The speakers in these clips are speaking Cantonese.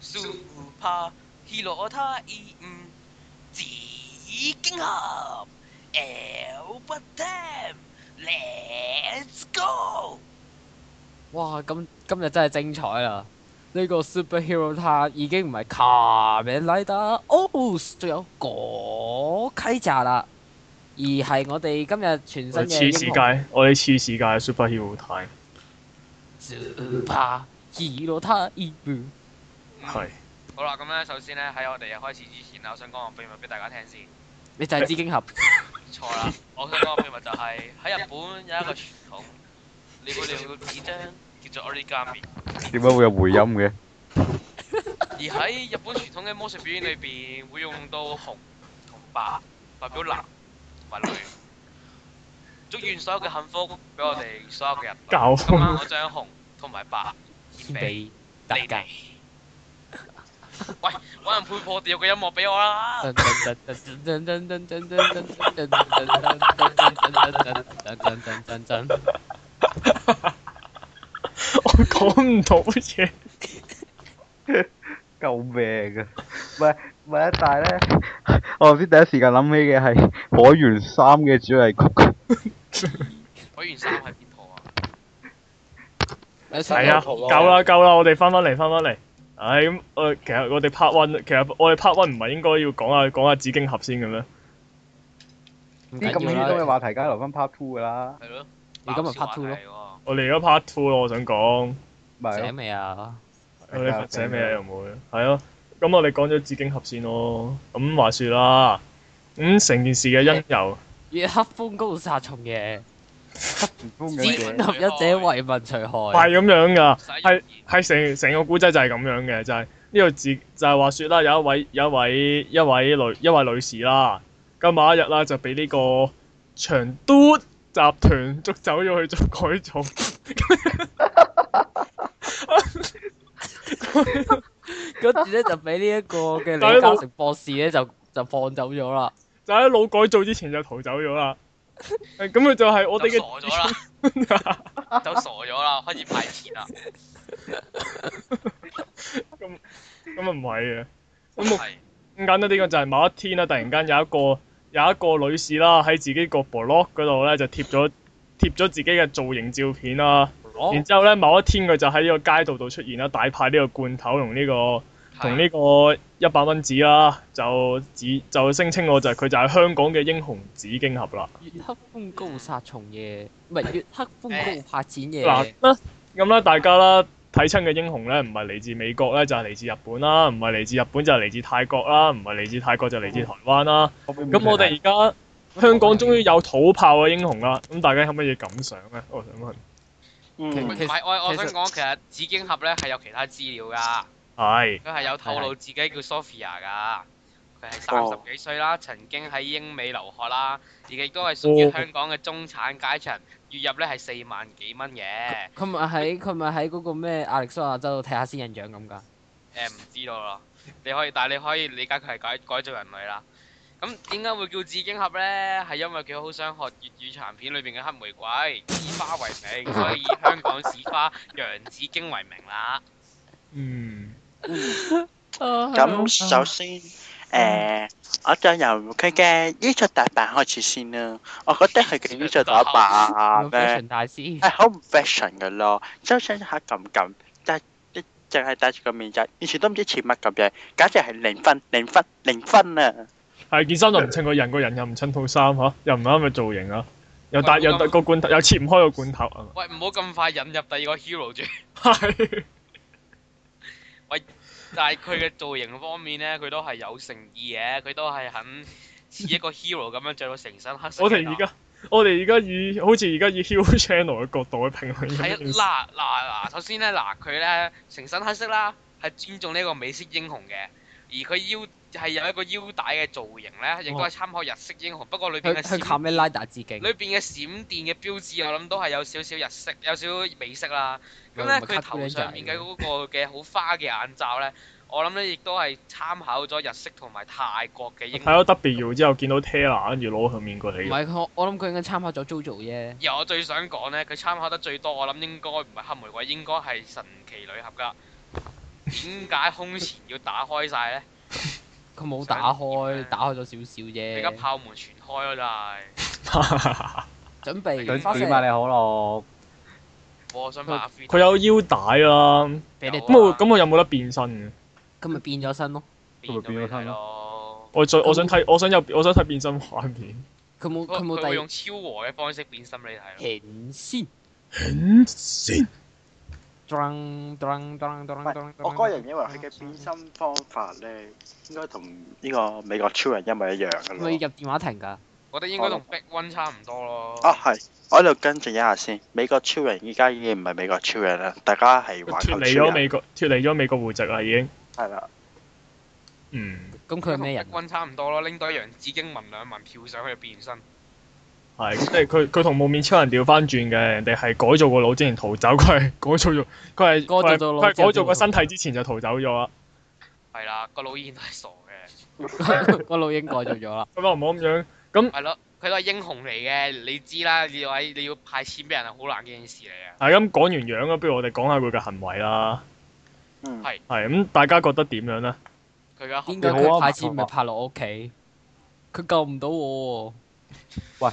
Super Hero 他已悟紫荊俠 L 不聽，Let's go！哇！咁今日真係精彩啦！呢、個 superhero 塔已經唔係卡美拉達哦，仲有嗰溪咋啦，而係我哋今日全新我哋嘅次世界，我哋次世界 superhero 睇，英雄 superhero 塔已悟係好啦，咁咧首先咧喺我哋開始之前啊，我想講個秘密俾大家聽先。你就係紫荊俠，錯啦，我想講個秘密就係、喺日本有一個傳統，你會用個紙張叫做 origami，點解會有回音嘅？而喺日本傳統嘅魔術表演裏邊會用到紅同白，代表男同埋女。祝願所有嘅幸福俾我哋所有嘅人。教今晚我將紅同埋白獻獻俾俾大你家哋。喂，揾人配破地獄嘅音樂俾我啦！我 講唔到 嘢，救命啊！唔係唔係啊，但係咧，我頭先第一時間諗起嘅係《火源三》嘅主題曲，海員三係邊套啊？係啊，夠啦夠啦，我哋翻返嚟翻返嚟，唉咁我其實我哋 part one，其實我哋 part one 唔係應該要講下講下紫荊俠先嘅咩？唔啲咁緊輕要鬆啦嘅話題梗係留翻 Part Two 噶啦，係咯，你今日爆笑 part two 話題喎我哋而家 part two 咯，我想講，咪醒未啊？我哋佛寫咩又冇嘅，係咯，咁我哋講咗紫荊俠先咯，咁話説啦，咁成件事嘅因由，月黑風高殺蟲夜，風紫知荊嘅君俠一者為民除害。係咁樣㗎，係唔使意係成成個古仔就係咁樣嘅，就係、呢個字就係話説啦，有一位有一位一位女一位女士啦，咁啊某一日啦就俾呢個長都集團捉走咗去做 改造，跟住咧就俾呢一個嘅李嘉誠博士咧就就放走咗啦。就喺老改造之前就逃走咗 啦。係咁佢就係我哋就嘅傻咗 啦，就傻咗啦，開始派錢啦，咁啊唔係嘅，咁我係咁簡單啲講就係某一天啦，突然間有一個有一個女士啦喺自己個 blog 嗰度咧就貼咗貼咗自己嘅造型照片啦。哦然之後咧，某一天佢就喺呢個街道度出現啦，大派呢個罐頭同呢、個同呢個一百蚊紙啦，就指就聲稱我就係佢就係香港嘅英雄紫荊俠啦。月黑風高殺蟲夜，唔係月黑風高拍展夜。嗱啦咁啦，大家啦睇親嘅英雄咧，唔係嚟自美國咧，就係、嚟自日本啦；唔係嚟自日本就係嚟自泰國啦；唔係嚟自泰國就嚟自台灣啦。嗯咁我哋而家香港終於有土炮嘅英雄啦，咁大家有乜嘢感想咧？我想問，其唔嗯其實係我我其實想講，其實紫荊俠咧係有其他資料噶，係佢係有透露自己叫 Sophia 噶，佢係哦三十幾歲啦，曾經喺英美留學啦，而亦都係哦屬於香港嘅中產階層，月入咧係四萬幾蚊嘅，佢咪喺佢咪喺嗰個咩亞力蘇亞州度睇下仙人掌咁㗎？誒唔知道咯，你可以但係你可以理解佢係改改造人類啦。咁點解會叫紫荊俠咧？係因為佢好想學粵語殘片裏邊嘅黑玫瑰，以花為 名，所以以香港市花洋紫荊為名啦。嗯。哦 Ờ, 咁首先，誒、À, 我就由佢嘅衣着打扮開始先啦。我覺得佢嘅衣着打扮咧 fashion 大師。係好唔 À, fashion 嘅咯，周身黑咁咁，但係淨係戴住個面罩，完全都唔知似乜咁樣，簡直係零分、零分、零分啊！係件衫就唔襯個人，個人又唔襯套衫嚇，又唔啱佢造型啊，又戴又戴個罐頭，又切唔開個罐頭啊！喂，唔好咁快引入第二個 hero 住，係但係佢嘅造型方面咧，佢都係有誠意嘅，佢都係肯似一個 hero 咁樣着到成身黑色嘅。我哋而家我哋而家以好似而家以 Hero Channel 嘅角度去評論緊呢件係啊事嗱嗱嗱，首先咧嗱，佢咧成身黑色啦，係尊重呢個美式英雄嘅，而佢腰係有一個腰帶嘅造型咧，亦都係參考日式英雄，不過裏邊佢嘅佢閃靠咩拉達致敬？裏邊嘅閃電嘅標誌，我諗都係有少少日式，有少少美式啦。咁咪咧，咪佢 cut 頭靚上仔面嘅嗰個嘅好花嘅眼罩咧，我諗咧亦都係參考咗日式同埋泰國嘅英睇咗 W 之後見到 Taylor，跟住攞佢面過唔嚟。 係佢，我諗佢應該參考咗 JoJo 啫。而我最想講咧，佢參考得最多，我諗應該唔係黑玫瑰，應該係神奇女俠噶。點解空前要打開晒 咧？佢冇打開，打開咗少少你而家啫。炮門全開啦，但係準想備發射點，啊你可樂？我想買 free 佢有腰帶啦，俾你有啊咁我咁我有冇得變身嘅？咁咪變咗身咯。變咗佢咪變咗俾身你咯。我最我想睇我想有我想睇變身畫面。佢冇佢佢冇哦佢會用第超和嘅方式變身俾你睇咯。顯 先。先噔噔噔噔唔係噔我個人認為佢嘅變身方法咧，應該同呢個美國超人一模一樣嘅咪咯。入電話亭㗎。我覺得應該同 Big One 差唔多咯。啊，係，我喺度跟進一下先。美國超人依家已經唔係美國超人啦，大家係環脱球離咗超人。美國脱離咗美國户籍啦已經。係啦，嗯，咁佢係咩人啊同？Big One 差唔多咯，拎多楊紫經文兩文跳上去變身。係即係佢佢同無面超人調翻轉嘅，人哋係改造個腦之前逃走，佢係 改造咗佢係佢改係造咗佢腦之係後改造個身體之前就逃走咗啊啦。係啦，個老演都係傻 嘅。個老鷹改造咗啦。咁啊唔好咁樣。係咯，佢都係英雄嚟嘅，你知啦。你喺你要派錢俾人係好難嘅一件事嚟啊。係咁講完樣啊，不如我哋講下佢嘅行為啦。嗯，係咁，大家覺得點樣咧？佢嘅點行解為佢派錢咪拍落我屋企？佢救唔到我喎。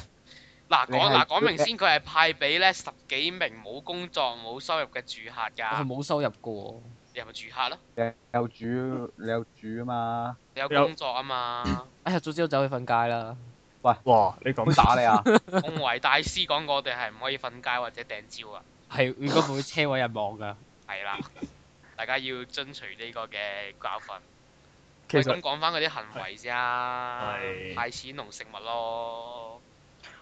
嗱你講係嗱講明先，佢係派俾咧十幾名冇工作冇收入嘅住客我係哦㗎。冇收入㗎喎。你係咪住客咯？你有主你有主啊嘛？你有有工作啊 嘛。哎呀，早知我走去瞓街啦。哇！你咁會打你啊？共維大師講過，我哋係唔可以瞓街或者掟蕉啊。係應該唔會車毀人亡㗎。係 啦，大家要遵循呢個嘅教訓。 其喂實咁講翻嗰啲行為先啊係，派錢同食物咯。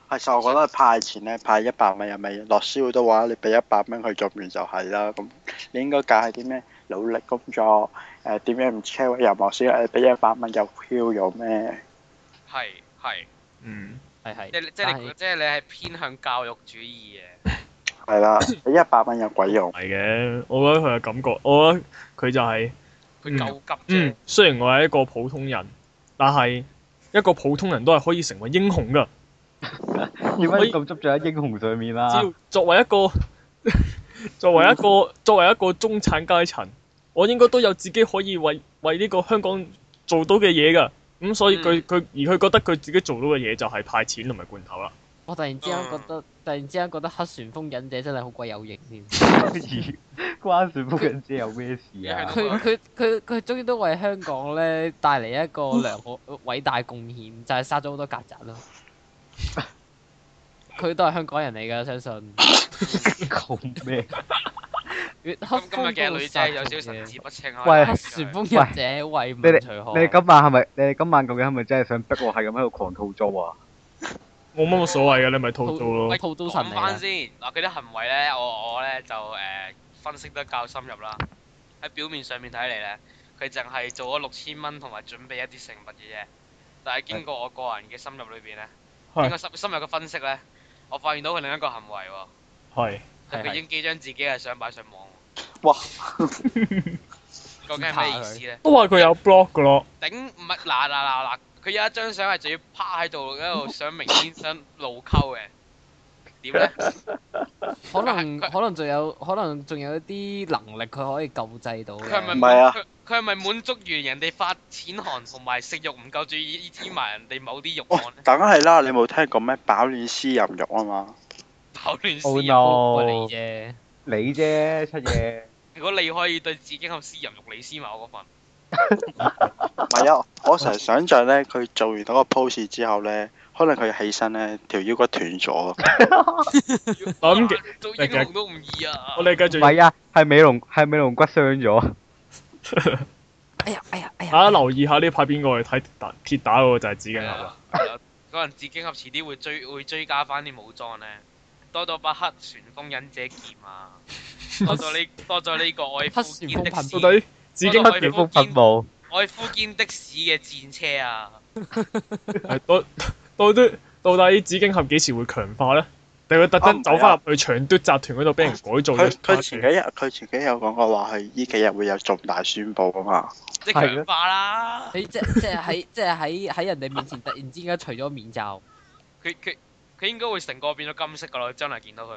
其實我覺得派錢咧，派一百蚊又咪落燒都話，你俾一百蚊佢做完就係啦。咁你應該教係啲咩努力工作，誒點樣唔車毀人亡先？誒俾一百蚊又 Q 用咩？係係，嗯係係。即係即係你即係你係偏向教育主義嘅。係啦，俾一百蚊有鬼用？係嘅，我覺得佢嘅感覺，我覺得佢就係、佢夠急啫嗯，，雖然我係一個普通人，但係一個普通人都係可以成為英雄噶。點解咁執着喺英雄上面啊啦只？要作為一個 作為一個作為一個中產階層，我應該都有自己可以為為呢個香港做到嘅嘢噶。咁所嗯以佢佢、而佢覺得佢自己做到嘅嘢就係派錢同埋罐頭啦。我突然之間覺嗯得，突然之間覺得黑旋風忍者真係好鬼有型 添。而關旋風忍者有咩事啊？佢佢佢佢終於都為香港咧帶嚟一個良好 偉大貢獻，就係殺咗好多曱甴 咯。佢都係香港人嚟㗎，相信。講咩？越黑今今日風嘅暴啊女殺仔有少人少神嘅志不清啊。喂黑旋風忍者為民除你哋害。今晚係咪？你哋今晚究竟係咪真係想逼我係咁喺度狂吐槽啊？我冇乜所謂嘅，你咪套吐做咯。吐刀神講嚟啊翻㗎。先，嗱佢啲行為咧，我我咧就誒分析得較深入啦。喺表面上面睇嚟咧，佢淨係做咗六千蚊同埋準備一啲食物嘅啫。但係經過我個人嘅深入裏邊咧，係經過深深入嘅分析咧，我發現到佢另一個行為喎，係就係係佢影幾張自己嘅相擺上網。哇！究竟係咩意思咧？都話佢有 blog 噶咯。頂唔係嗱嗱嗱嗱，佢有一張相係仲要趴喺度，喺度想明顯想露溝嘅。點咧？可能佢可能仲有可能仲有一啲能力佢可以救濟到佢係咪嘅。唔係啊佢佢係咪滿足完人哋發錢寒同埋食慾唔夠，仲要依依埋人哋某啲慾哇 望咧？梗係啦，你冇聽過咩飽暖思淫欲啊嘛？搞亂哦事啊！我你 Oh no！啫。你啫，七嘢。如果你可以對自己咁私淫慾，你先埋我嗰份。唔 係啊，我成日想像咧，佢做完嗰個 pose 之後咧，可能佢起身咧條腰骨斷咗。 咁嘅哇做英雄啊都唔易啊！我哋繼唔續係啊，係美龍，係美龍骨傷咗。哎呀哎呀哎大家呀！啊留意下呢排邊個去睇鐵打鐵打嗰個就係紫係荊俠啦。啊係啊可能紫荊俠遲啲會追會追加翻啲武裝咧，多咗把黑旋風忍者劍啊，多咗呢多咗呢個愛夫黑旋堅風的頻士到底紫荊我黑哋旋風噴霧，愛夫堅的士嘅戰車啊！係到 到底到底紫荊俠幾時會強化咧？定佢特登走翻入去長嘟集團嗰度俾人改造啊佢咗？佢前幾日佢前幾日有講過話，佢呢幾日會有重大宣佈啊嘛。即係係咯強化啦！你即即係喺即係喺喺人哋面前突然之間除咗面罩。佢佢佢應該會成個變咗金色噶啦，將來見到佢。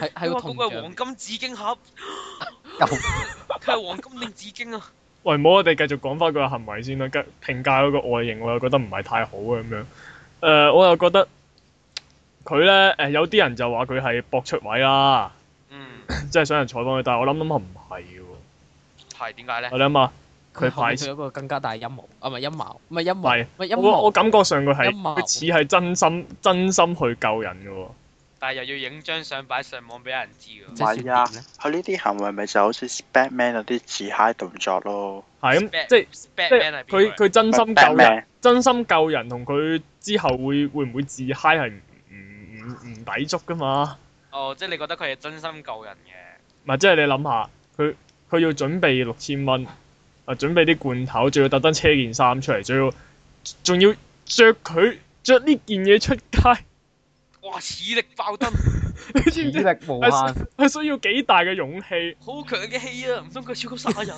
喺喺個哇銅嗰個係像黃金紫荊盒，又佢係黃金定紫荊啊！喂，唔好我哋繼續講翻佢嘅行為先啦，跟評價嗰個外形，我又覺得唔係太好啊嘅咁樣。誒、呃我又覺得佢咧誒，有啲人就話佢係搏出位啦，嗯，即係想人採訪佢，但係我諗諗下唔係喎。係點解咧？我諗下，佢佢後面排仲有一個更加大嘅陰謀，啊唔係陰謀，唔係陰謀係，唔係陰我我謀，感覺上佢係陰謀佢似係真心真心去救人嘅喎。但係又要影張相擺上網俾人知㗎。即係算唔係啊點咧？佢呢啲行為咪就好似 Batman 嗰啲自嗨動作咯。係咁，即係即即係 Batman 係邊個佢嚟？佢真心救人， Batman 真心救人同佢之後會會唔會自嗨係唔唔唔唔抵觸噶嘛？哦，即係你覺得佢係真心救人嘅。唔係，即係你諗下，佢佢要準備六千蚊，啊準備啲罐頭，仲要特登車件衫出嚟，仲要仲要着佢着呢件嘢出街， 哇！似力爆燈，你此知唔知？力無限，係需要幾大嘅勇氣？好強嘅氣啊！唔通佢超級殺人？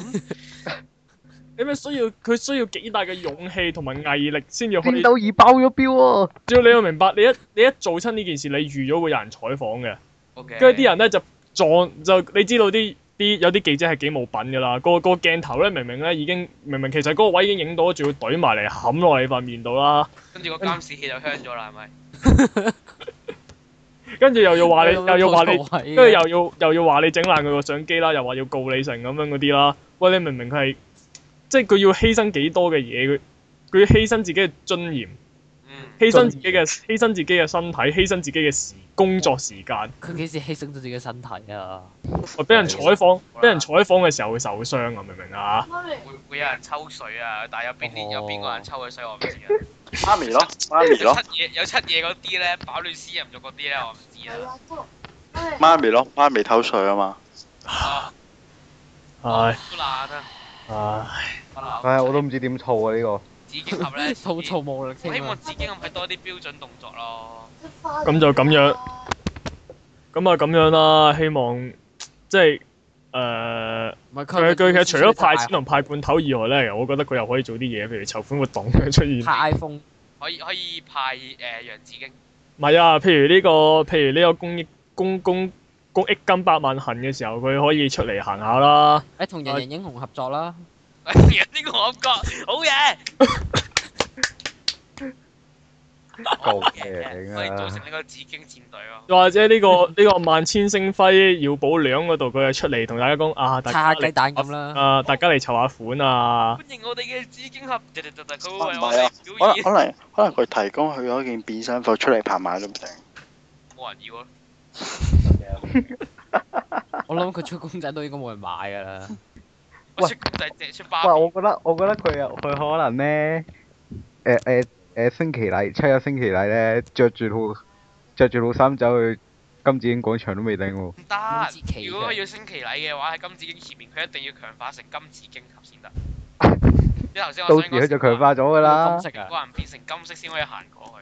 你咩需要佢需要幾大嘅勇氣同埋毅力先至可戰以？鬥而爆咗標喎！只要你要明白，你一你一做親呢件事，你預咗會有人採訪嘅，跟住啲人咧就撞就你知道啲。啲有啲記者係幾冇品㗎啦，個個鏡頭咧明明咧已經明明其實嗰個位已經影到，仲要懟埋嚟冚落你塊面度啦。跟住個監視器就香咗啦，係咪？跟住又要話你，有又啊要話你，你跟住又要又要話你整爛佢個相機啦，又話要告你成咁樣嗰啲啦。喂，你明明佢係即係佢要犧牲幾多嘅嘢，佢佢要犧牲自己嘅尊嚴，嗯，犧牲自己嘅犧牲自己嘅身體，犧牲自己嘅時工作時間，佢幾時犧牲咗自己嘅身體啊？喂俾人採訪，俾人採訪嘅時候會受傷啊！明唔明啊？會會有人抽水啊！但係有邊啲有邊個人抽佢水我唔知 啊。媽咪咯，媽咪有咯，七嘢有七嘢嗰啲咧，飽暖私淫咗嗰啲咧，我唔知啊。媽咪咯，媽咪偷水啊嘛。啊，唉好爛啊！唉，不嬲唉，我都唔知點套啊呢個。紫荊合 咧，吐槽無力我希添啊望！紫荊合係多啲標準動作咯。咁就咁樣，咁啊咁樣啦，希望即係誒。呃唔係佢佢佢除咗派錢錢同派罐頭以外咧，我覺得佢又可以做啲嘢，譬如籌款活動嘅出現。派 iPhone，可以可以派誒楊紫 荊，唔係啊，譬如呢、個譬如呢個公益公公公益金百萬行嘅時候，佢可以出嚟行下啦。誒同人人英雄合作啦，哎呀呢個我覺好嘢，夠好勁啊可以組成呢個紫荊戰隊咯。又或者呢、個 呢個萬千星輝耀保兩嗰度，佢就出嚟同大家講啊，大拆下家雞嚟蛋咁啦。啊，大家嚟籌下款啊。歡迎我哋嘅紫荊合，佢唔會為我係哋啊，可表能演，可能可能佢提供佢嗰件變身服出嚟拍賣都唔定。冇人要啊！我諗佢出公仔都應該冇人買㗎啦。我出公仔隻出芭喂，比，我覺得我覺得佢又佢可能咧，誒誒誒星期禮七日星期禮咧，着住套着住套衫走去金紫荊廣場都未定喎。唔五字得。旗如果佢要升旗禮嘅話，喺金紫荊前面，佢一定要強化成金紫荊合 先得。因為頭先我到時想講佢就強化咗㗎啦金。色啊！個人變成金色先可以行過去，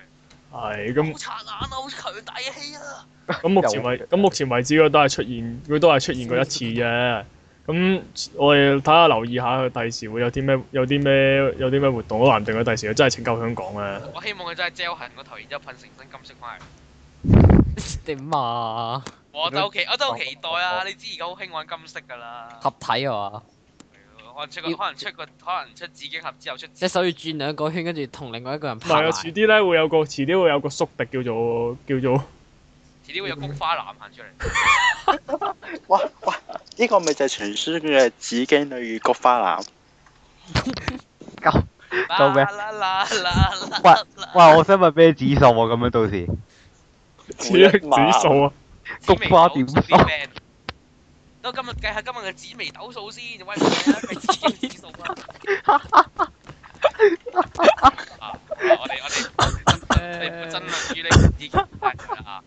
係咁好殘眼啊！好強大嘅氣啊！咁目前為咁目前為止佢都係出現，佢都係出現過一次啫。咁我哋睇下留意下佢第時會有啲咩有啲咩有啲咩活動，話唔定佢第時佢真係拯救香港啊！我希望佢真係焦痕個頭，然之後噴成身金色翻嚟。點啊？我都好期，我都好期待啊！你知而家好興玩金色㗎啦，合體啊嘛！可能出個，可能出個，可能出紫荊盒之後出紫隻手要轉兩個圈，跟住同另外一個人唔拍係啊，埋。 遲啲咧會有個遲啲會有個宿敵叫做叫做遲啲會有嗯菊花男行出嚟。 哇哇！呢個咪就係傳説嘅紫荊女與菊花男。救命啦啦啦啦！喂哇！我想問咩指數喎？咁樣到時紫色指數啊！菊花點紫心微斗數啲 friend 都今日計下今日嘅紫微斗數先，喂，計紫荊指數啊！ 啊我哋我哋我哋唔爭論於呢個紫荊派啦啊！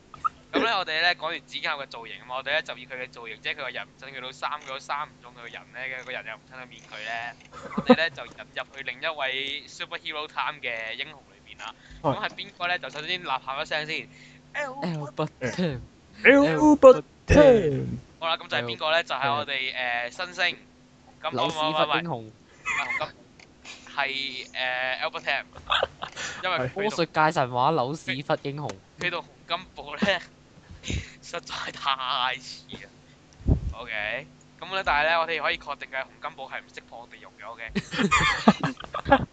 咁咧，我哋咧講完紫荊嘅造型啊嘛，我哋咧就以佢嘅造型，即係佢個人唔襯佢到衫，佢到衫唔中佢個人咧，佢個人又唔襯佢面具咧，我哋咧就引入去另一位 superhero time 嘅英雄裏邊啦。咁係邊個咧？就首先吶喊一聲先。 L 不停 Albert Tam 好啦，咁就係邊個咧？就係我哋誒新星。咁扭唔屎唔唔唔忽英係雄，紅金，係誒 Albert Tam，因為魔佢術同界神話扭屎忽英雄。佢同紅金部咧，實在太似啊。OK，咁咧，但係咧，我哋可以確定嘅係洪金寶係唔識破地獄嘅，OK？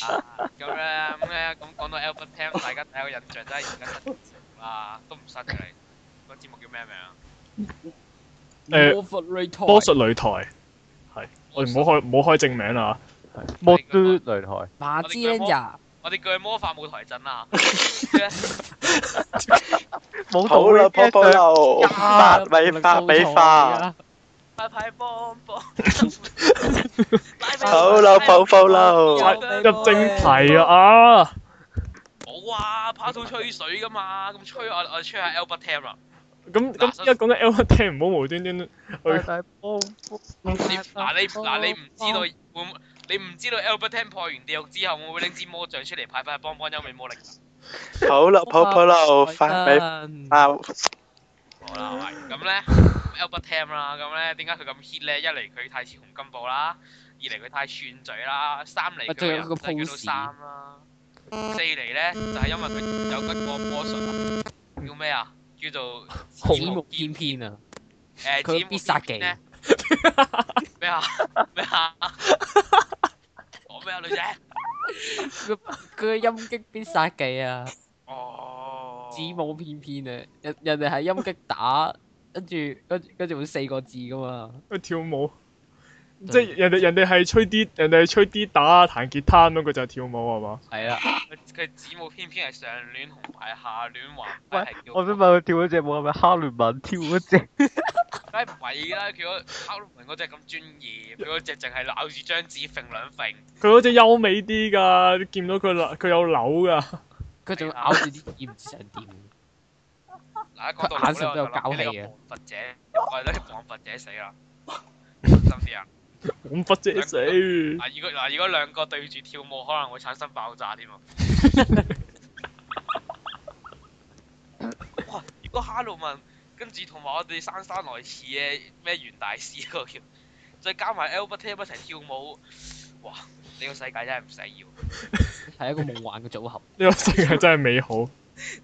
啊咁咧，咁咧，咁講到 Albert Tam，大家睇個印象真係而家新嘅節目啦，都唔新嘅嚟。個節目叫咩名啊？誒魔魔術擂台，術擂台係我哋唔好開唔好開正名啊啦，魔嘟擂台，馬之忍者，我哋叫佢魔法舞台啊陣啦。跟住呢冇好道理啦，波波嘅流，八米八米花，快派幫幫， 好啦，波波流，入正題啊啊！冇啊，跑到吹水噶嘛，咁吹我我吹下 Albert 啊 Tam 啦。咁咁一講到 L 聽唔好無端端 去大波波你嗱你嗱你唔知道會唔你唔知道 Albert Tam 破完地獄之後會唔會拎支魔杖出嚟派翻去幫幫優美魔力？好啦，波波流，八米真。花，好啦，嗯係咁咧 Albert Tam 啦，咁咧點解佢咁 hit 咧？一嚟佢太似洪金寶啦，二嚟佢太串嘴啦，三嚟啊仲佢有又個唔使叫到 pose 三啦，四嚟咧就係因為佢有嗰個魔術啊叫咩啊？叫做子木偏偏啊，誒佢子母必殺偏技偏呢咩啊咩 啊？講咩啊，女仔？佢嘅陰擊必殺技啊，哦，子母偏偏啊，人-人哋係陰擊打，跟住- 跟住-跟住會四個字㗎嘛。去跳舞，嗯即係人哋人哋係吹啲人哋係吹啲打啊彈吉他咁樣，佢就係跳舞係嘛？係啊啦，佢佢子母偏偏係上戀紅牌下戀橫牌係叫，我想問佢跳嗰只舞係咪哈聯文跳嗰只？梗係唔係啦！佢嗰考文嗰只咁專業，佢嗰只淨係咬住張紙揈兩揈，佢嗰只優美啲㗎，你見唔到佢扭佢有扭㗎。佢仲咬住啲劍唔知想點。嗱講到佢眼神都有搞搞氣啊嘅嘅王佛者，我係咧王佛者死 啦，小心啲啊！咁不知死，嗱，如果嗱如果兩個對住跳舞，可能會產生爆炸添啊！哇！如果哈魯文跟住同埋我哋姍姍來遲嘅咩袁大師嗰個叫，再加埋 Albert Tam 一齊跳舞，哇！呢個世界真係唔使要，係一個夢幻嘅組合。 呢個世界真係美好。呢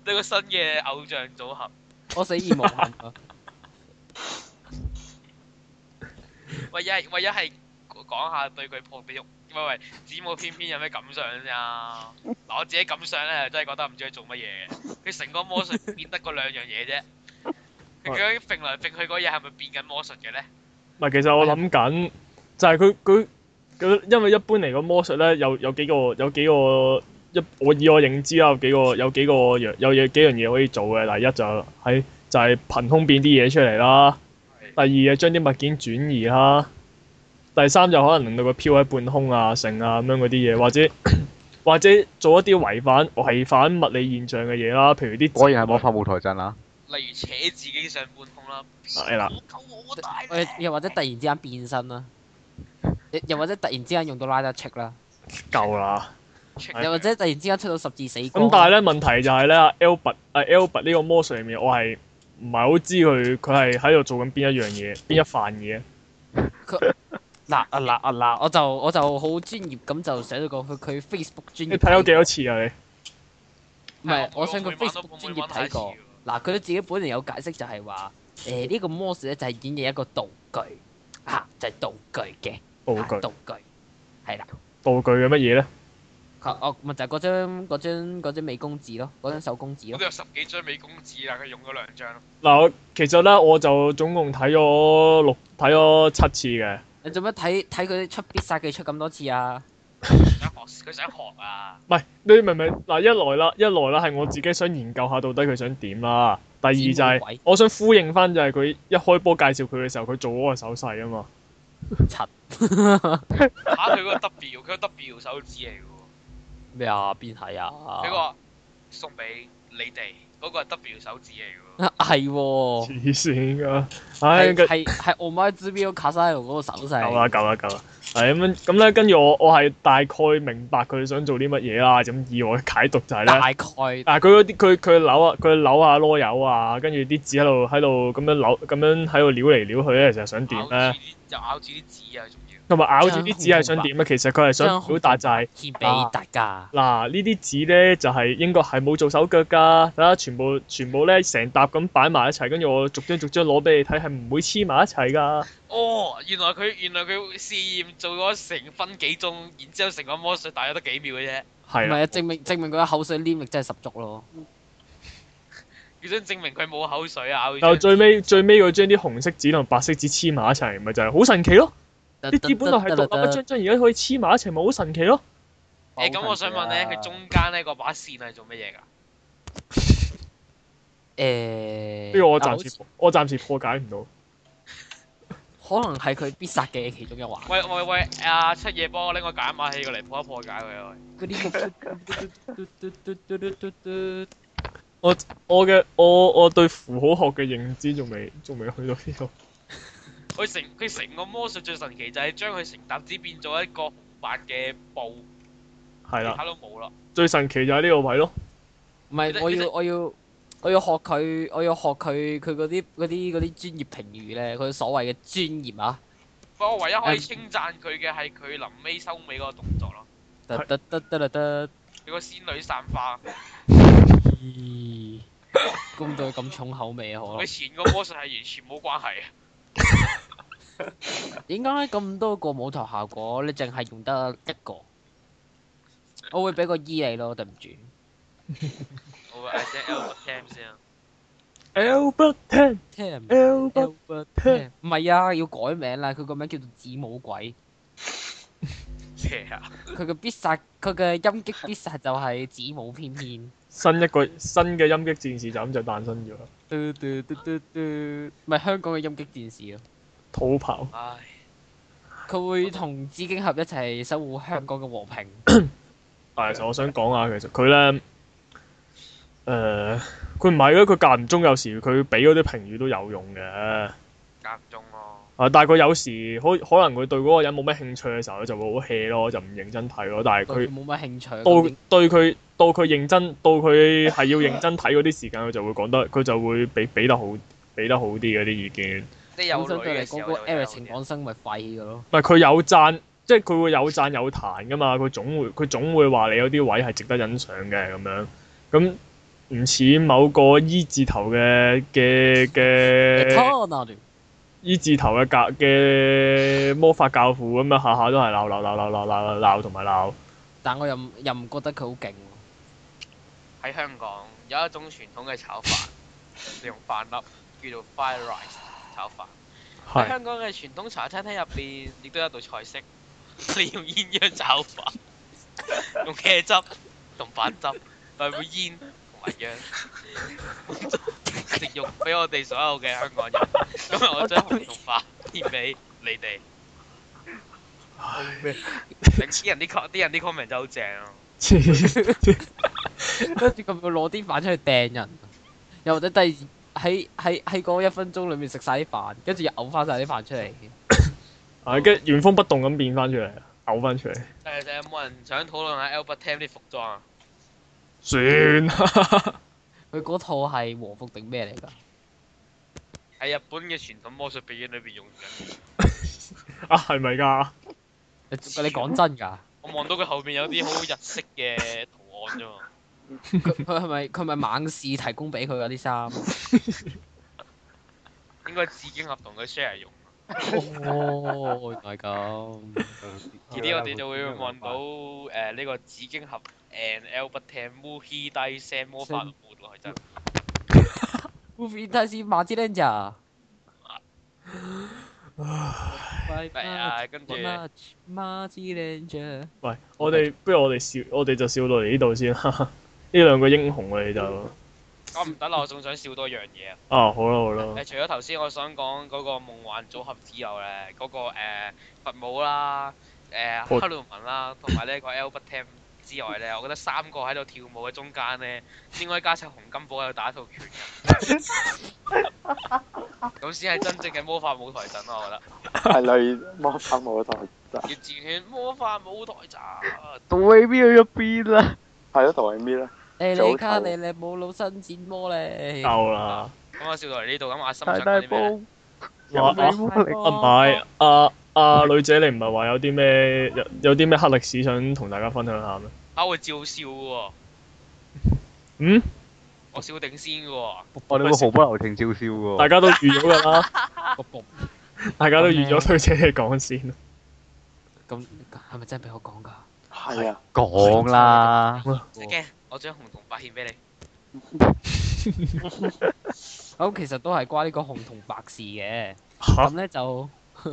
個新嘅偶像組合。我死而無憾 啊！喂，一係喂一係講下對佢破地獄，喂喂，子母偏偏有咩感想咋？嗱，我自己感想咧，真係覺得唔知佢做乜嘢嘅。佢成個魔術變得嗰兩樣嘢啫。佢究竟揈嚟揈去嗰嘢係咪變緊魔術嘅咧？唔係，其實我啊諗緊就係佢佢佢，因為一般嚟講魔術咧有有幾個有幾個一我以我認知啦，有幾個有幾個樣有嘢幾樣嘢可以做嘅。第一就喺就係憑空變啲嘢出嚟啦，第二就將啲物件轉移啦，第三就可能令到佢飄喺半空啊、成啊咁樣嗰啲嘢，嗯或者或者做一啲違反違反物理現象嘅嘢啦，譬如啲 果然係魔法舞台陣啦。例如扯自己上半空啦，係啦我救我大力喂，又或者突然之間變身啦，又又或者突然之間用到拉得 check 啦，夠啦。又或者突然之間出到十字死咁光。但係咧問題就係咧，Albert 啊 Albert 呢個魔術裏面，我係唔係好知佢佢係喺度做緊邊一樣嘢，邊一範嘢？嗯嗱 啊嗱啊嗱，我就我就好專業咁就寫咗個佢佢 Facebook 專業。你睇咗幾多？次啊？你唔係，我我想每佢晚都 Facebook 每專業晚睇過。嗱，佢都自己本嚟有解釋就係話，誒、呢、個魔術咧就係演繹一個道具啊，就係、道具嘅道啊具道具係啦。道具嘅乜嘢咧？佢哦，咪就係嗰張嗰張嗰張美公紙咯，嗰張手工紙我咯都。有十幾張美公紙啦，佢用咗兩張。嗱，我其實咧我就總共睇咗六睇咗七次嘅。你做乜睇睇佢出必殺技出咁多次啊？佢想學，佢想學啊！唔係你明唔明？嗱，一來啦，一來啦係我自己想研究下到底佢想點啦。第二就係、知冇鬼我想呼應翻就係佢一開波介紹佢嘅時候，佢做嗰個手勢啊嘛。柒嚇佢嗰個 W，佢個 W 手指嚟嘅喎。咩啊？邊係啊？佢話送俾你哋，嗰個係 W 手指嚟嘅喎。係喎，黐線㗎！唉，哦係佢係係 o m a z u b i o k a s a 嗰個手夠勢。啦，夠啦，夠啦。係咁樣咁咧，跟住我我係大概明白佢想做啲乜嘢啦。咁以我嘅解讀就係咧大，概嗱佢嗰啲佢佢扭啊，佢扭下啰柚啊，跟住啲紙喺度喺度咁樣扭，咁樣喺度撩嚟撩去咧，其實想點咬住咧？啲就咬住啲紙啊，仲要。同埋咬住啲紙係想點咧？其實佢係張想紅表達就係、獻俾大家。嗱，呢啲紙咧就係、英國係冇做手腳㗎，睇下全部全部咧成沓咁擺埋一齊，跟住我逐張逐張攞俾你睇，係唔會黐埋一齊㗎。哦，原來佢原來佢試驗做咗成分幾鐘，然之後成個魔術大約得幾秒嘅啫。係唔係啊，啦，證明證明佢嘅口水黏力真係十足咯。佢想證明佢冇口水啊！但係最尾最尾佢將啲紅色紙同白色紙黐埋一齊，咪就係好神奇咯！啲紙本來係獨立一張張，而家可以黐埋一齊，咪好神奇咯！誒咁，我想問咧，佢中間咧嗰把線係做乜嘢㗎？誒，呢個我但暫時哎我暫時破解唔到。好似可能係佢必殺嘅其中一環。喂喂喂！阿七夜幫我拎個解碼器過嚟破一破解佢啊！嗰啲我嘅我我對符號學嘅認知仲未仲未去到呢度。喂佢成佢成個魔術最神奇就係將佢成沓紙變咗一個紅白嘅布，係其啦，他都冇啦。最神奇就喺呢個位咯。唔係，我要我要我要學佢，我要學佢佢嗰啲嗰啲嗰啲專業評語咧，佢所謂嘅專業啊。不過我唯一可以嗯稱讚佢嘅係佢臨尾收尾嗰個動作咯，得得得得得得，佢個仙女散花，咦咁到咁重口味啊！可能佢前個魔術係完全冇關係嘅。點解咁多個舞台效果你淨係用得一個？我會俾個 E 你咯，對唔住。我會嗌聲 Albert Tam 先啊！ Albert Ten Tam Albert Albert Tam Tam 唔係啊，要改名啦！佢個名叫做子母鬼，咩啊？佢嘅必殺，佢嘅音擊必殺就係子母翩翩。新一個新嘅音擊戰士就咁就誕生咗啦。嘟嘟嘟嘟嘟，咪香港嘅音擊戰士咯。土炮唉，佢會同紫荊俠一齊守護香港嘅和平。係，其實我想講下，其實佢咧誒，佢唔係嘅，佢間唔中有時佢俾嗰啲評語都有用嘅。間唔中咯。啊，但係佢有時可可能佢對嗰個人冇咩興趣嘅時候，佢就會好 hea 咯，就唔認真睇咯。但係佢佢冇乜興趣。到對佢到佢認真到佢係要認真睇嗰啲時間，佢就會講得佢就會俾俾得好俾得好啲嗰啲意見。即係有本身女對嘅嚟時講，候就嗰個會有 Eric 啲情港生咪廢嘅咯。唔係佢有讚，即係佢會有讚有彈噶嘛。佢總會佢總會話你有啲位係值得欣賞嘅咁樣。咁唔似某個 E 字頭嘅嘅嘅 Eternal E 字頭嘅教嘅魔法教父咁樣，下下都係鬧鬧鬧鬧鬧鬧鬧同埋鬧。但我又唔又唔覺得佢好勁喎。喺香港有一種傳統嘅炒飯， 你用飯粒叫做 fire rice 炒飯。喺係香港嘅傳統茶餐廳入邊，亦都有一道菜式， 你用醃醃炒飯， 用茄汁同飯汁，代表煙同埋醃。 食肉俾我哋所有嘅香港人，今日我將紅同飯獻俾你哋。啲人啲 co- 啲人啲 comment 真係好正啊！黐線跟住佢會攞啲飯出去掟人，又或者第二喺喺喺嗰一分鐘裏面食晒啲飯，跟住又嘔翻晒啲飯出嚟。啊，跟住原封不動咁變翻出嚟，嘔翻出嚟。誒誒，有冇人想討論下 Albert Tam 啲服裝啊？算啦，佢嗰套係和服定咩嚟㗎？喺日本嘅傳統魔術表演裏邊用緊。啊係咪㗎？你你講真㗎？我望到佢後面有啲好日式嘅圖案啫嘛。佢佢係咪佢係咪猛士提供俾佢嗰啲衫？應該紫荊合同佢 share 用，哦，原來咁。而呢我哋就會望到誒呢個啊紫荊合 and Albert Tam Muhi Dai Sam Mo Fa 活落去真。 Movie 睇先，馬之 n 咋？係啊，跟住係馬之 n 咋？喂，我哋不如我哋笑，我哋就笑到嚟呢度先啦。呢兩個英雄我哋就我唔得啦，我仲想笑多樣嘢啊！啊，好啦好啦，誒，除咗頭先我想講嗰個夢幻組合之後咧，嗰個誒佛母啦、誒我克魯文啦，同埋呢個 Albert Tam 之外咧，我覺得三個喺度跳舞嘅中間咧，應該加上洪金寶喺度打一套拳 嘅，咁先係真正嘅魔法舞台陣咯，我覺得。係類魔法舞台，葉志遠魔法舞台咋？到尾邊去咗邊啦？係咯，同係咩咧？誒，早你卡唞你你冇腦伸展魔咧。夠啦。咁我笑到嚟呢度，咁阿心大想大講啲咩咧？波，我啊有冇力唔係啊啊女姐，你唔係話有啲咩有有啲咩黑歷啊史想同大家分享下咩？啊，會照笑喎，嗯，我笑定先嘅喎。我哋會毫不留情照笑大喎。家都預咗㗎 啦，卜卜大家都預咗推車你講啊先。咁係咪真係俾我講㗎？係啊，講啦，唔使驚，我將紅同白獻俾你。咁其實都係關呢個紅同白事嘅。嚇咁咧就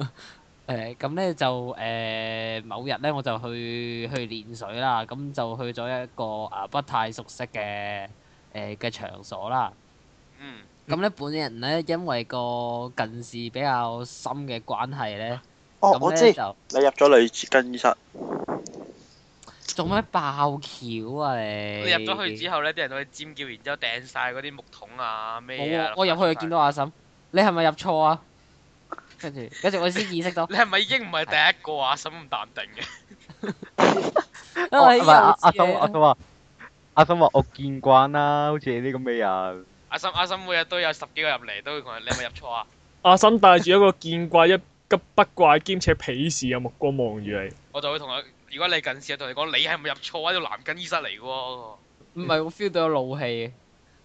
誒，咁咧就誒、某日咧我就去去練水啦，咁就去咗一個啊不太熟悉嘅誒嘅場所啦。嗯，咁咧本人咧因為個近視比較深嘅關係咧，哦，我咁知咧就你入咗女更衣室，做咩爆橋啊你？你入咗去之後咧，啲人都會尖叫，然之後掟晒嗰啲木桶啊咩冇啊啊！。我入去就見到阿嬸，你係咪入錯啊？跟住跟住我先意 識到，啊你係咪已經唔係第一個啊？心咁淡定嘅。因哦為唔係阿阿森阿我森話，阿森話我見慣啦，好似你啲咁嘅人。阿心阿心每日都有十幾個入嚟，都會同人你係咪入錯啊？ 阿森帶住一個見怪一急不怪兼且鄙視嘅目光望住你。我就會同佢，如果你近視，我同你講你係咪入錯啊？呢度男緊醫生嚟嘅喎。唔係我 feel 到有怒氣，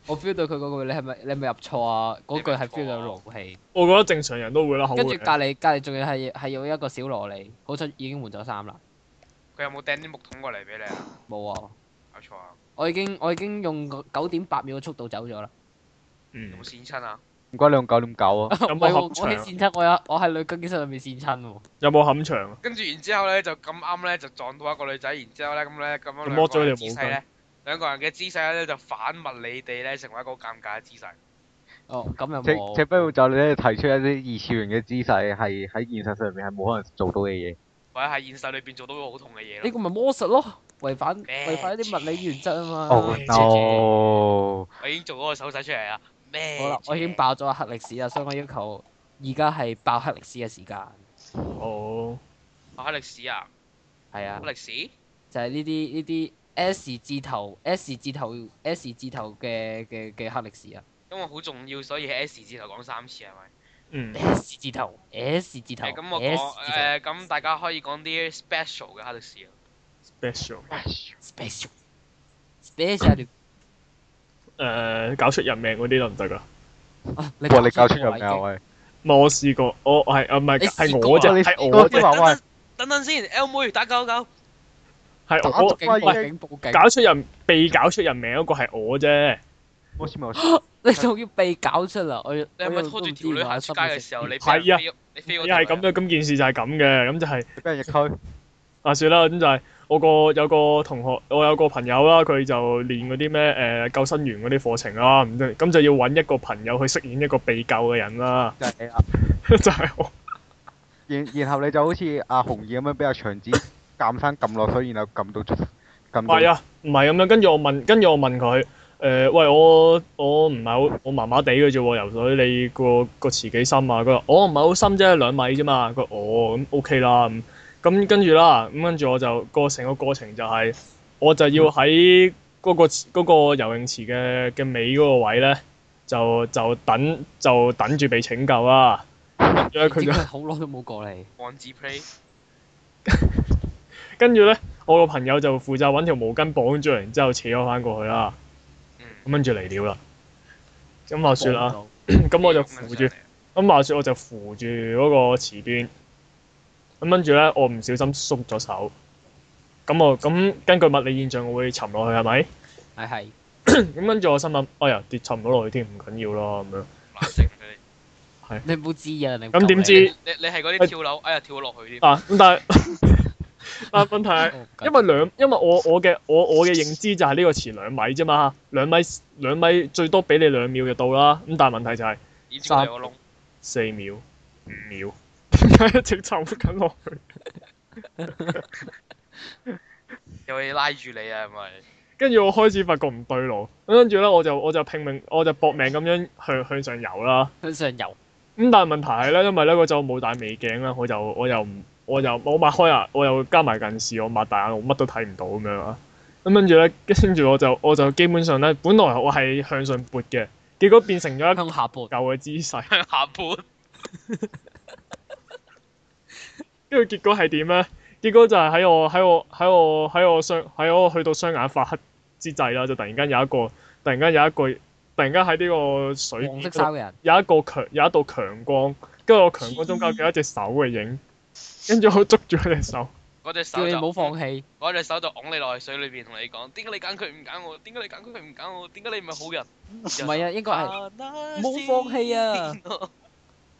我 feel 到佢嗰句你係咪你係咪入錯啊？嗰句係 feel 到有怒氣。我覺得正常人都會啦，口跟住會隔離隔離仲要係係有一個小蘿莉，好彩已經換咗衫啦，佢有冇掟啲木桶過嚟俾你啊？冇啊！搞錯啊！我已經我已經用九點八秒嘅速度走咗啦。嗯有冇閃親啊？唔該，你用九點九啊！有冇喂我我合喺牆？線親，我有我喺女更衣室裏面線親喎。有冇冚啊牆？跟住然之後咧就咁啱咧就撞到一個女仔，然之後咧咁咧咁樣就兩剝個咗人你姿條勢毛咧，兩個人嘅姿勢咧就反物理地咧成為一個好尷尬嘅姿勢。哦，咁又請請冇。不要就你咧提出一啲二次元嘅姿勢，係喺現實上面係冇可能做到嘅嘢。或者喺現實裏邊做到好痛嘅嘢呢咯。個咪魔術咯，違反咩違反一啲物理原則啊嘛。 Oh no！我已經做咗個手勢出嚟啦。咩？好啦，我已經。爆咗黑歷史啦，所以我要求而家係爆黑歷史嘅時間。哦，啊！歷史啊，係啊，歷史。就係呢啲呢啲 S 字頭 S 字頭 S 字頭嘅嘅嘅黑歷史啊因為好重要，所以喺 S 字頭講三次係咪？嗯， ，S 字頭 S 字頭誒咁我 S 講字誒咁，大家可以講啲 special 嘅黑歷史啊。 special，頭 special special 誒搞出人命嗰啲得唔得㗎？啊！哇！你搞出我咁已經嘅喂，唔係我試過，我係啊唔係你係試過我啊啫，你係我我啲啫，話喂，等等先，L 妹打九九，係打我毒警報喂警報警！搞出人被搞出人命嗰個係我啫。我先我 你仲要被搞出嚟？我你係咪拖住條女行出街嘅時候，你俾係人啊飛咗你飛你咗係條咁女啊？樣，咁件事就係咁嘅，咁就係、俾人逆區，啊，算啦，咁就係我個有個同學，我有個朋友啦，佢就練嗰啲咩誒救生員嗰啲課程啦，咁就咁就要揾一個朋友去飾演一個被救嘅人啦， 就係你啦。就係我然然後你就好似阿紅兒咁樣俾阿長子鑑生撳落水，然後撳到足唔撳係到。啊，唔係咁樣。跟住我問，跟住我問佢，誒、喂，我我唔係好，我麻麻地嘅啫喎，游水你個個池幾深啊？佢話我唔係好深啫，兩米啫嘛。佢話哦，咁 OK 啦，咁咁跟住啦，咁跟住我就個成個過程就係、我就要喺嗰、個池嗰、個游泳池嘅嘅尾嗰個位咧，就就等就等住被拯救啦。跟住咧佢佢就。好耐都冇過嚟。王子 play，跟住咧，我個朋友就負責揾條毛巾綁住，然之後扯咗翻過去啦。嗯，咁跟住嚟料啦。咁話説啦，冇咁我就扶扶住，咁話説我就扶住嗰個池邊。咁跟住咧，我唔小心縮咗手。咁我咁根據物理現象，我會沉落去係咪？係係咁跟住我心諗，哎呀，跌沉唔到落去添，唔緊要啦咁樣。你冇知啊！你咁點你知你你係嗰啲跳樓，哎呀跳咗落去添。啊？咁但係 但係問題係。因為兩，因為我我嘅我我嘅認知就係呢個池兩米啫嘛，兩米兩米最多俾你兩秒就到啦。咁但係問題就係點知我有個窿？四秒、五秒， 點解一直沉緊落去？又會拉住你啊，係 咪？跟住我開始發覺唔對路，咁跟住咧我就我就拼命我就搏命咁樣向向上游啦。向上游。咁但係問題係咧，因為咧嗰陣我冇戴美鏡啦，我就我又唔我又我擘開啊，我又加埋近視，我擘大眼，我乜都睇唔到咁樣啊。咁跟住咧，跟住我就我就基本上咧，本來我係向上撥嘅，結果變成咗一個向下撥，舊嘅姿勢，下半跟住結果係點咧？結果就係喺我喺我喺我喺我雙喺我去到雙眼發黑之際啦，就突然間有一個突然間有一個，突然間喺呢個水黃面色嗰衫度嘅人，有一個強有一道強光，跟住我強光中間有一隻手嘅影，跟住我捉住佢隻手，嗰隻叫手你就唔好放棄。嗰隻手就拱你落去水裏邊，同你講：點解你揀佢唔揀我？點解你揀佢唔揀我？點解你唔係好人？唔唔係啊，應該係。冇冇放棄啊！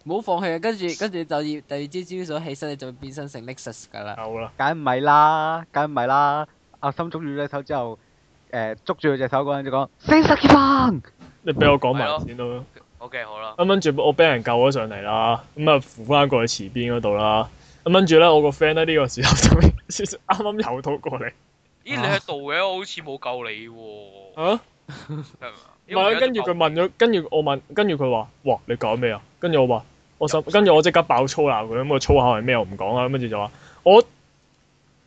唔好放棄啊！跟住跟住就要第二朝朝早起身，你就會變身成 Nexus 噶啦。夠啦，梗唔係啦，梗唔係啦。阿心捉住隻手之後，誒、捉住佢隻手嗰陣就講死失結婚，你俾我講埋係咯先啦。 OK，好啦，咁跟住我俾人救咗上嚟啦，咁啊扶翻過去池邊嗰度啦。咁跟住咧，我個 friend 咧呢個時候就 啱啱游到過嚟，咦你喺度嘅，我好似冇救你喎，啊，係咪啊？唔係啊跟住佢問咗，跟住我問，跟住佢話：哇，你搞咩啊？跟住我話：我心，跟住我即刻爆粗鬧佢，咁個粗口係咩我唔講啦。啊咁跟住就話：我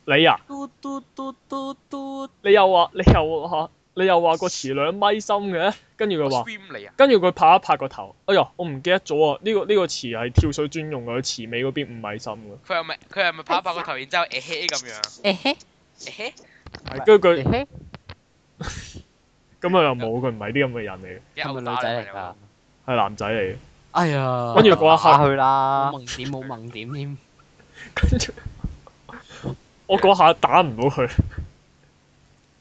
你啊，嘟嘟嘟嘟嘟，你又話你又話你又話個池兩米深嘅，跟住佢話。 swim 你啊，跟住佢拍一拍個頭，哎呀，我唔記得咗啊！呢、個呢、個池係跳水專用嘅，池尾嗰邊五米深嘅。佢係咪佢係咪拍一拍個頭，然之後誒嘿咁樣？誒嘿，誒嘿，跟住佢誒嘿，咁我又冇，佢唔係啲咁嘅人嚟嘅，一係路咪女打仔嚟嚟㗎？係男仔嚟嘅。哎呀，跟住嗰一下刻，啊去冇。啦萌點冇萌點添，跟住我嗰下打唔到佢，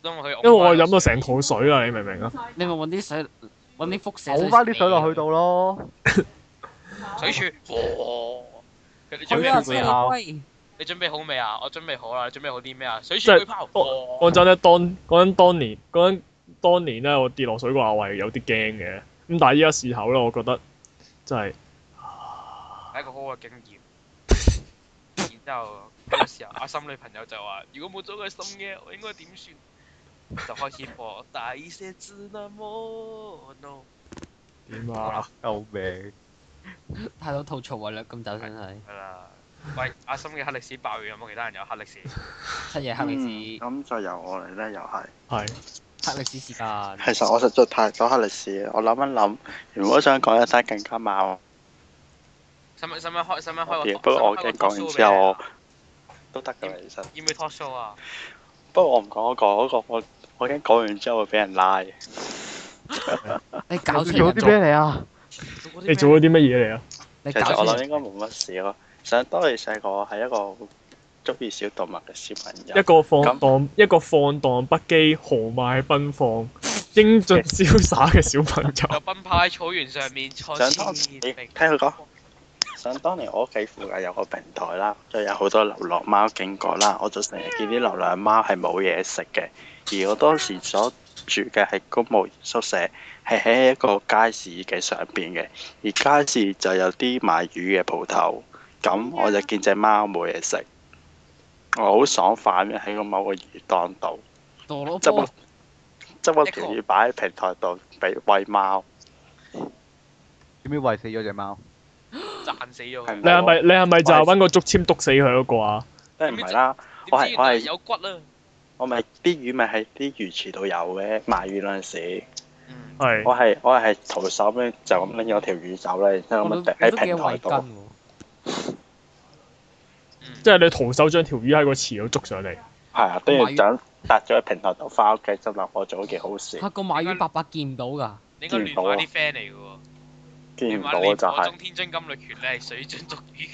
因為佢因為我飲咗成肚水啦，你明唔明啊？你咪揾啲水，揾啲輻射水嘔翻啲水落去度咯，水柱，哦哇！佢你準佢啊，備犀利龜，你準備好未啊？我準備好啦，你準備好啲咩啊？水即柱係巨炮，哦講真咧，當嗰陣當年嗰陣當年咧，我跌落水嗰下我係有啲驚嘅。咁但係依家事後咧，我覺得真係係一個好好嘅經驗。然之後嗰陣時候，阿心女朋友就話：如果冇咗個心嘅，我應該點算？就開始播大些字那麼 no，點啊？救命！太多吐槽啊！兩咁就真係係啦。喂，阿心嘅黑歷史爆完，有冇其他人有黑歷史？七夜黑歷史，嗯咁就由我嚟咧，又係。係黑歷史時間。其實我實在太咗黑歷史啦，我諗一諗，原本想講一單更加猛使唔使使唔使開使唔使開個嘅， talk- 不過我使唔使開驚個 talk 講完 show 之後俾你我啊都得㗎啦，其實。要唔要 talk show 啊？不過我唔講嗰個，嗰個我我驚講完之後會俾人拉。你搞你出做人咗啲咩做，嚟啊？你做咗啲乜嘢嚟啊？你其搞實出我諗人應該冇乜事咯。想當你細個係一個好中意小動物嘅小朋友一。個放咁蕩一個放蕩不羈、豪邁奔放、英俊瀟灑嘅小朋就友。奔跑喺草原上面，坐想當千年，明聽佢講。想當年我屋企附近有個平台啦，就有好多流浪貓經過啦，我就成日見啲流浪貓係冇嘢食嘅，而我當時所住嘅係公務員宿舍，係喺一個街市嘅上邊嘅，而街市就有啲賣魚嘅鋪頭，咁我就見只貓冇嘢食，我好爽快咁喺個某個魚檔度墮落執個哦波，執個條魚擺喺平台度俾喂貓。點知喂死咗只貓？賺死咗佢係咪。你係咪你係咪就係揾個竹籤篤死佢嗰個啊？梗係唔係啦，我點知係原我來係有骨啦。我咪啲魚咪喺啲魚池度有嘅，賣魚嗰陣時，嗯，係我係我係徒手咧就咁拎咗條魚走咧，然之後我咁都樣掟你喺都幾平台慧根度，喎。嗯即係你徒手將條魚喺個池度捉上嚟。係啊，跟住賣魚就咁搭咗喺平台度翻屋企，執落我做咗件好事，嚇個買魚伯伯見唔到㗎，你應該亂玩啲 friend 嚟嘅喎。見亂唔玩到你啊就我係中天津金律拳，你係水準捉魚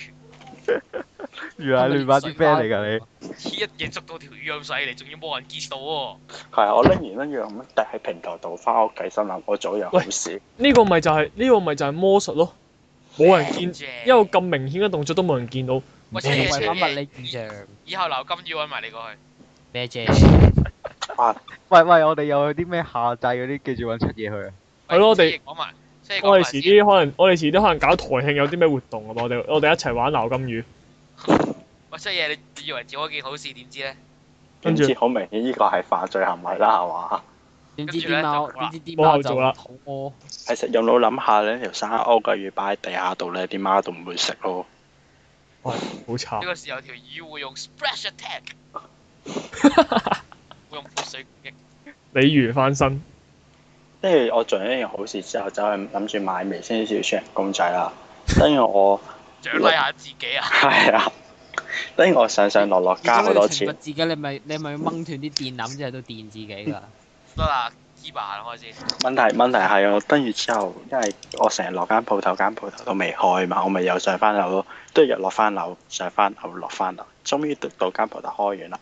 拳，原來亂玩啲 friend 嚟㗎你。一嘢捉到條魚咁犀利，仲要冇人見到喎。係啊，我拎完拎住咁樣掟喺平台度翻屋企，心諗我做咗件好事，呢個咪就係呢個咪就係魔術咯，冇人見，正一個咁明顯嘅動作都冇人見到。喂，你車違車反物理現象以後留金魚揾埋你過去。咩啫？哇！喂喂，我哋有啲咩下載嗰啲，記住揾出嘢去啊！喂係咯我哋車爺講埋，車爺講我哋埋遲先。啲可能我哋遲啲可能搞台慶有啲咩活動啊嘛，我哋我哋一齊玩鬧金魚，喂，車爺，你以為做咗件好事，點知咧？跟點住知好明顯呢個係犯罪行為啦，係嘛？點知啲貓點知啲冇貓後就做啦肚屙，其實用腦諗下咧，條生鈎嘅魚擺喺地下度咧，啲貓都唔會食咯。好呢慘。個時候條魚會用 splash attack，會用潑水攻擊。鯉魚翻身，跟住我做咗一樣好事之後，走去諗住買微星小超人公仔啦。跟住我 獎勵下自己啊！係啊，跟住我上上落落加好如果 多你懲罰次， 自己，你咪你咪掹斷啲電纜之後都電自己㗎。得啦， Kiba 行開先。問題問題係啊我跟住之後，因為我成日落間鋪頭，間鋪頭都未開嘛，我咪又上翻樓咯，都日落翻樓，上翻樓，落翻樓，終於到到間鋪頭開完啦。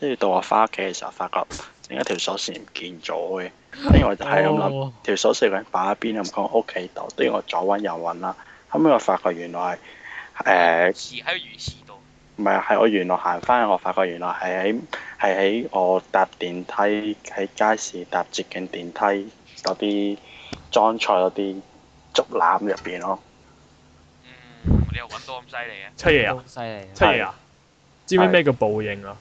跟住到我翻屋企嘅時候，發覺另一條鎖匙唔見咗嘅，跟住我就係咁諗。哦條鎖匙佢擺喺邊咁講屋企度，跟住我左揾右揾啦，後尾我發覺原來係誒池喺魚池度，唔係係我原來行翻去，我發覺原來係喺係喺我搭電梯喺街市搭接近電梯嗰啲裝菜嗰啲竹籃入邊咯，嗯，你又揾到咁犀利嘅，七爺啊，好犀利啊。七爺啊，知唔知咩叫報應啊？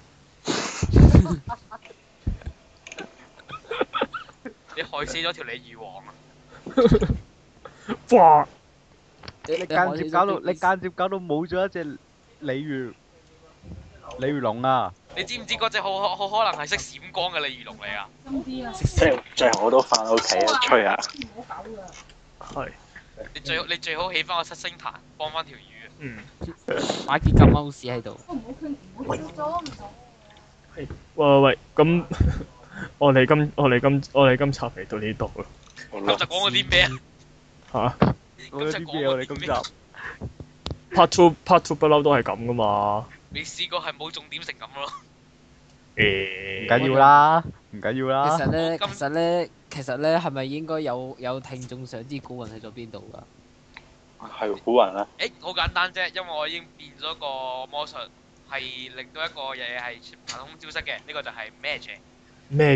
你害死咗條鯉魚王啊！哇！你你間接搞到你間接搞到冇咗一隻鯉魚鯉魚龍啊！你知唔知嗰只好好可能係識閃光嘅鯉魚龍嚟啊？即係最後我都翻屋企啊，吹下，係，你最好你最好起翻個七星壇，幫翻條魚啊！嗯，買件咁踎屎喺度，喂喂喂，咁 我哋今我哋今我哋今集嚟到呢度啦，好咁啦就講過啲咩 啊？嚇咁就啲講嘢我過哋啲今集咩？啊 part two part two 不嬲都係咁噶嘛，你試過係冇重點成咁咯？誒，唔緊要啦，唔緊要其啊啦。實咧，其咁實咧，其實咧，係咪應該有有聽眾想知古雲去咗邊度㗎？係古人啊啦，誒好簡單啫，因為我已經變咗個魔術，係令到一個嘢係憑空消失嘅，呢、個就係 magic。咩咩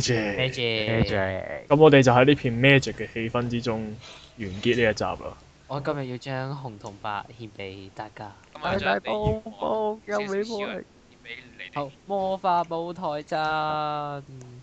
啫？啫？咁我哋就喺呢片 magic 嘅氣氛之中完結呢一集啦。我今日要將紅同白獻俾大家。咁啊，大將大你波波，有少少美少波人俾你哋。好，魔法舞台站。